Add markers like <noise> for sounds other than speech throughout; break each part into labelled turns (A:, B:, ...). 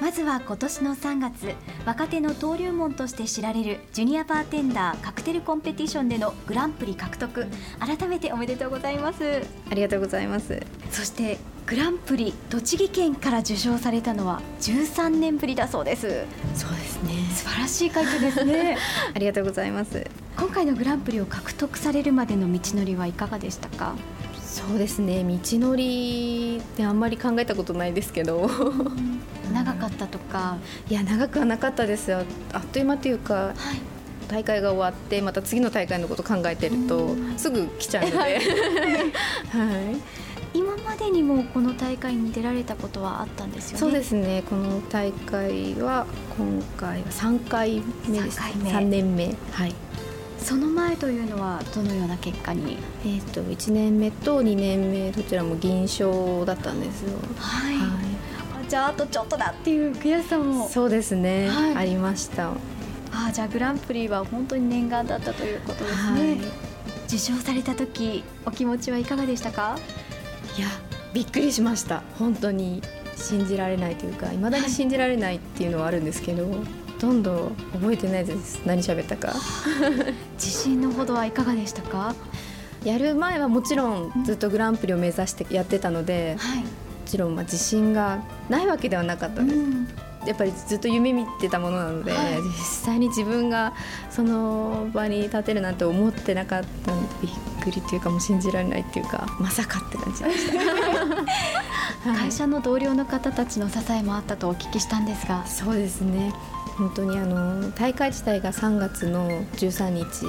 A: まずは今年の3月若手の登竜門として知られるジュニアバーテンダーカクテルコンペティションでのグランプリ獲得改めておめでとうございます
B: ありがとうございます
A: そしてグランプリ栃木県から受賞されたのは13年ぶりだそうです
B: そうですね
A: 素晴らしい快挙ですね
B: <laughs> ありがとうございます
A: <laughs> 今回のグランプリを獲得されるまでの道のりはいかがでしたか
B: そうですね道のりってあんまり考えたことないですけど
A: 長かったとか、
B: <laughs> いや長くはなかったですよあっという間というか
A: はい、
B: 大会が終わってまた次の大会のこと考えてると
A: うん
B: すぐ来ちゃうので、 <laughs> はい、
A: 今までにもこの大会に出られたことはあったんですよね
B: そうですすねこの大会は今回は3回目です
A: 三回目
B: 3年目はい
A: その前というのはどのような結果に
B: えっ、と1年目と2年目どちらも銀賞だったんですよ、
A: はい
B: は
A: あじゃああとちょっとだっていう悔しさも
B: い、そうですね、
A: はい
B: ありました
A: あじゃあグランプリは本当に念願だったということです
B: はい
A: ね、受賞された時お気持ちはいかがでしたか
B: いやびっくりしました本当に信じられないというかいまだに信じられないっていうのはあるんですけど、どんどん覚えてないです何喋ったか
A: 自信のほどはいかがでしたか
B: やる前はもちろんずっとグランプリを目指してやってたので
A: はい、
B: もちろんまあ自信がないわけではなかった
A: う
B: です、
A: ん、
B: やっぱりずっと夢見てたものなので、
A: はい
B: 実際に自分がその場に立てるなんて思ってなかったのでびっくりっていうかもう信じられないっていうかまさかって感じで
A: <laughs>
B: したはい
A: 会社の同僚の方たちの支えもあったとお聞きしたんですが
B: そうですね本当にあの大会自体が3月の13日で、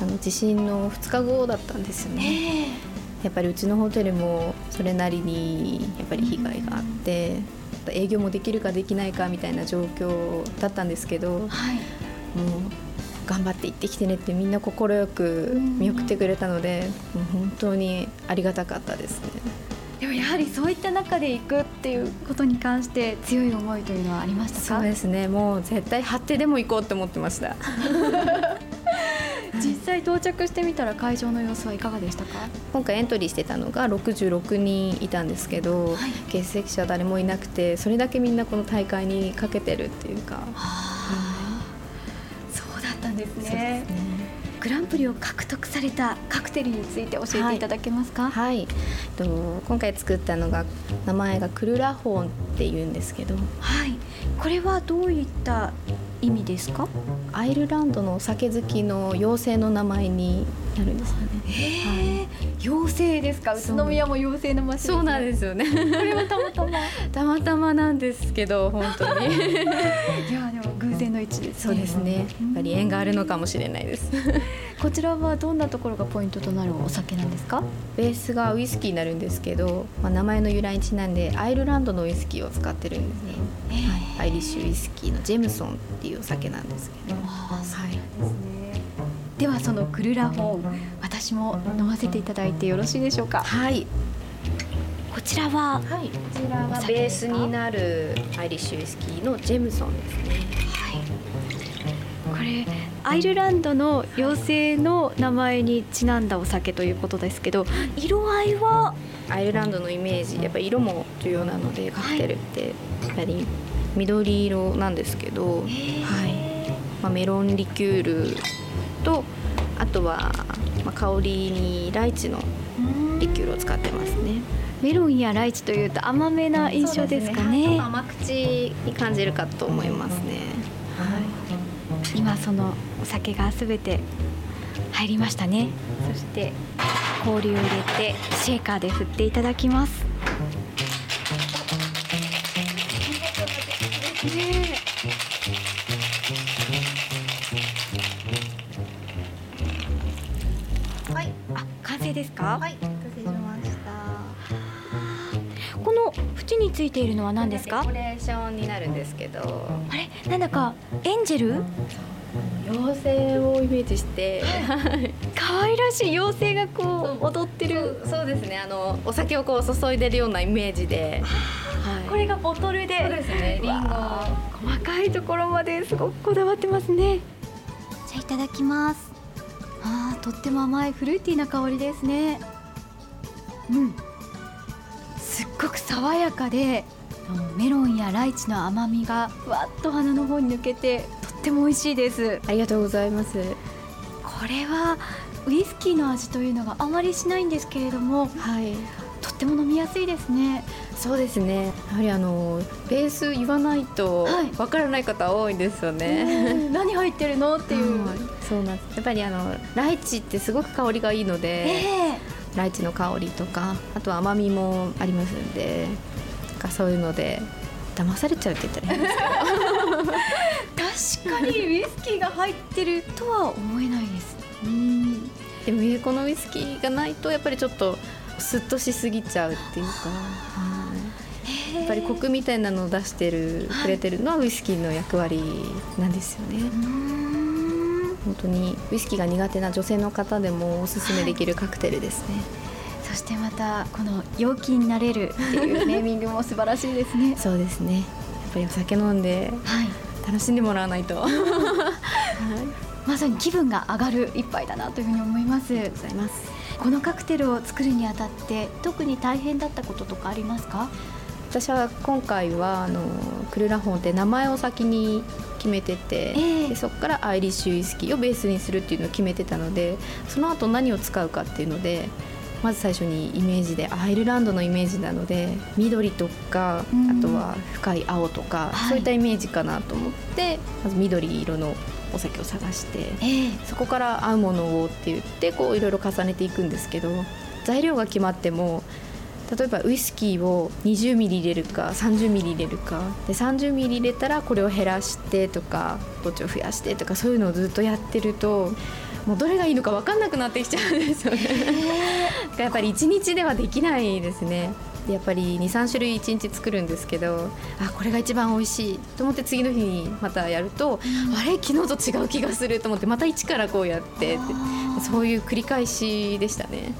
B: あの地震の2日後だったんですよね、
A: ええ
B: やっぱりうちのホテルもそれなりにやっぱり被害があって、営業もできるかできないかみたいな状況だったんですけどもう
A: はい
B: 頑張って行ってきてねってみんな快く見送ってくれたので、もう本当にありがたかったですね。
A: でもやはりそういった中で行くっていうことに関して強い思いというのはありました
B: そ
A: か
B: うですねもう絶対張ってでも行こうって思ってました。
A: 実際到着してみたら会場の様子はいかがでしたか
B: <laughs> 今回エントリーしてたのが66人いたんですけ
A: は
B: ど、
A: い
B: 欠席者は誰もいなくてそれだけみんなこの大会にかけてるっていうか、
A: あそうだったんです
B: そうで
A: ね
B: すね
A: グランプリを獲得されたカクテルについて教えていただけますか、
B: はい、えっと今回作ったのが名前がクルラホンっていうんですけど
A: はい、これはどういった意味ですか。
B: アイルランドのお酒好きの妖精の名前になるんですよね。
A: へえ、妖精ですか。宇
B: そう
A: 都宮も妖精の街、。
B: そうなんですすよね
A: これはたまた <laughs> ま。い
B: たまたまなんですけど本当に
A: や、でも偶然の一致です、
B: <laughs> そうですねやっぱり縁があるのかもしれないです
A: こちらはどんなところがポイントとなるお酒なんですか。
B: ベースがウイスキーになるんですけど、まあ、名前の由来にちなんでアイルランドのウイスキーを使ってるんですね、はい、アイリッシュウイスキーのジェムソンっていうお酒なんですけど、
A: ああ、そう
B: はい、
A: ですね。では、そのクルラホーン、私も飲ませていただいてよろしいでしょうか。
B: はい、
A: こちらは。
B: はい、こちらが
A: お酒
B: ベー
A: です
B: ス
A: か
B: になるアイリッシュウイスキーのジェムソンですね
A: これアイルランドの妖精の名前にちなんだお酒ということですけど色合いは
B: アイルランドのイメージやっぱり色も重要なのでカクテルってやっぱり緑色なんですけど、はいまあ、メロンリキュールとあとは、まあ、香りにライチのリキュールを使ってますね
A: メロンやライチというと甘めな印象ですかね
B: はい甘口に感じるかと思いますね。
A: 今そのお酒がすべて入りましたねそして氷を入れてシェーカーで振っていただきますね
B: はい、
A: あ完成ですか、
B: い、失礼しました。
A: この縁についているのは何ですか
B: デコレーションになるんですけど、
A: あれなんだかエンジェル
B: 妖精をイメージして、
A: 可愛らしい妖精がこう踊ってる
B: そうそうですね。あのお酒をこう注いでるようなイメージで、はい
A: これがボトルで
B: そうですね。リンゴ。
A: わあ細かいところまですごくこだわってますねじゃあいただきますあーとっても甘いフルーティーな香りですねうんすっごく爽やかでそのメロンやライチの甘みがふわっと鼻の方に抜けてとっても美味しいです
B: ありがとうございます
A: これはウイスキーの味というのがあまりしないんですけれども
B: はい
A: とっても飲みやすいですね
B: そうですねやはりあのベース言わないと
A: はい
B: わからない方多いですよね、
A: うん何入ってるのっていう、
B: はいそうなんですやっぱりあのライチってすごく香りがいいの
A: え
B: で、ライチの香りとかあとは甘みもありますんでなんかそういうので騙されちゃうって言ったら変ですけど
A: 確かにウイスキーが入ってるとは思えないです
B: うん <laughs> でもこのウイスキーがないとやっぱりちょっとスッとしすぎちゃうっていうか、はい
A: や
B: やっぱりコクみたいなのを出してる
A: はい
B: くれてるのはウイスキーの役割なんですよね本当にウイスキーが苦手な女性の方でもおすすめできるカクテルですね、
A: そしてまたこの陽気になれるっていう <laughs> ネーミングも素晴らしいですね
B: そうですねやっぱりお酒飲んで
A: はい
B: 楽しんでもらわな
A: <laughs>
B: いとはい
A: まさに気分が上がる一杯だなというふうに思います
B: ありがとうございます
A: このカクテルを作るにあたって特に大変だったこととかありますか
B: 私は今回はあのクルラホンって名前を先に決めてて、
A: ええ
B: でそこからアイリッシュウイスキーをベースにするっていうのを決めてたのでその後何を使うかっていうのでまず最初にイメージでアイルランドのイメージなので緑とか
A: うん
B: あとは深い青とか、
A: はい
B: そういったイメージかなと思ってまず緑色のお酒を探して
A: ええ
B: そこから合うものをって言ってこういろいろ重ねていくんですけど材料が決まっても例えばウイスキーを20ミリ入れるか30ミリ入れるかで30ミリ入れたらこれを減らしてとかこっちを増やしてとかそういうのをずっとやってるともうどれがいいのか分かんなくなってきちゃうんですよね。だからやっぱり1日ではできないですね。でやっぱり23種類1日作るんですけどあこれが一番美味しいと思って次の日にまたやると、あれ昨日と違う気がすると思ってまた一からこうやってって
A: あー
B: そういう繰り返しでしたね。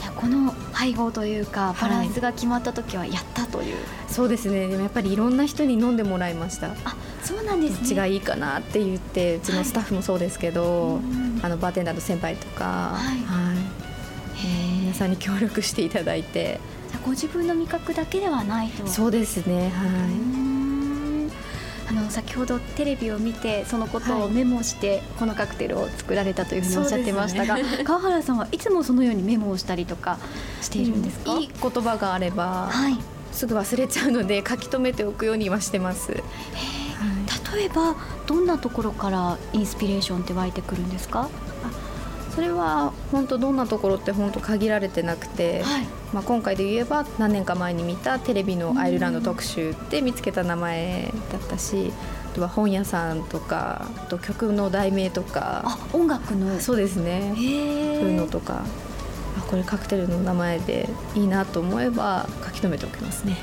A: じゃあこの配合というか
B: い
A: バランスが決まった時はやったという、
B: そうですねでもやっぱりいろんな人に飲んでもらいました。ど
A: あそうなんです
B: っちがいいかなって言ってうちのスタッフもそうですけど、
A: うん
B: あのバーテンダーの先輩とか、
A: はい
B: はい皆さんに協力していただいて
A: じゃあご自分の味覚だけではないと
B: そうですねは
A: うー
B: い。
A: んあの先ほどテレビを見てそのこと
B: は
A: を
B: い
A: メモして、このカクテルを作られたというふうにおっしゃってましたが、
B: そうで <laughs>
A: 川原さんはいつもそのようにメモをしたりとかしているんですか、
B: いい言葉があれば
A: はい、
B: すぐ忘れちゃうので書き留めておくようにはしてます、はい
A: 例えばどんなところからインスピレーションって湧いてくるんですか、
B: それは本当どんなところって本当限られてなくて、
A: はい
B: まあ、今回で言えば何年か前に見たテレビのアイルランド特集で見つけた名前だったしあとは本屋さんとかあと曲の題名とか
A: あ音楽の
B: そうですね
A: へー
B: そういうのとかあこれカクテルの名前でいいなと思えば書き留めておきますね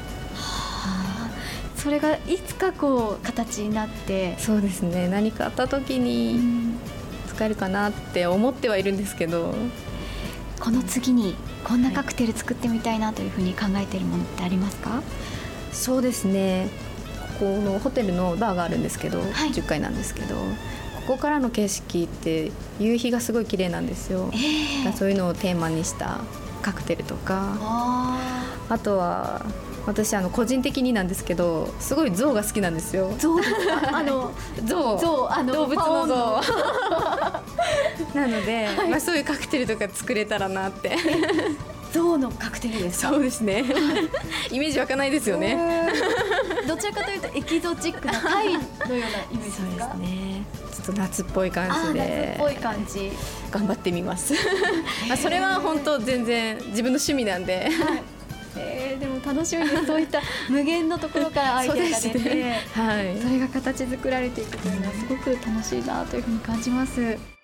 A: それがいつかこう形になって、
B: そうですね何かあった時に、
A: うん
B: 使えるかなって思ってはいるんですけど
A: この次にこんなカクテル作ってみたいなというふうに考えているものってありますか、
B: そうですねここのホテルのバーがあるんですけど、
A: はい
B: 10階なんですけどここからの景色って夕日がすごい綺麗なんですよ
A: ええ
B: だからそういうのをテーマにしたカクテルとか
A: ああ
B: あとは私あの個人的になんですけどすごい象が好きなんですよ
A: 象ですかあの
B: 象
A: 象あの
B: 動物
A: パオ
B: の
A: ン
B: 象
A: の
B: <laughs> なので、まあ、そういうカクテルとか作れたらなって
A: 象のカクテルですか
B: そうですねイメージ湧かないですよね
A: へーどちらかというとエキゾチックなタイのようなイメージです
B: そうで
A: か
B: すね。ちょっと夏っぽい
A: あ
B: 感
A: ー
B: じ
A: 夏っ
B: で
A: ぽい感じ
B: 頑張ってみ <laughs> ます。まあそれは本当全然自分の趣味なんで。
A: えー、でも楽しみですそういった無限のところからアイデアが出て
B: <laughs> そうですねはい。
A: それが形作られていくというのはすごく楽しいなというふうに感じます。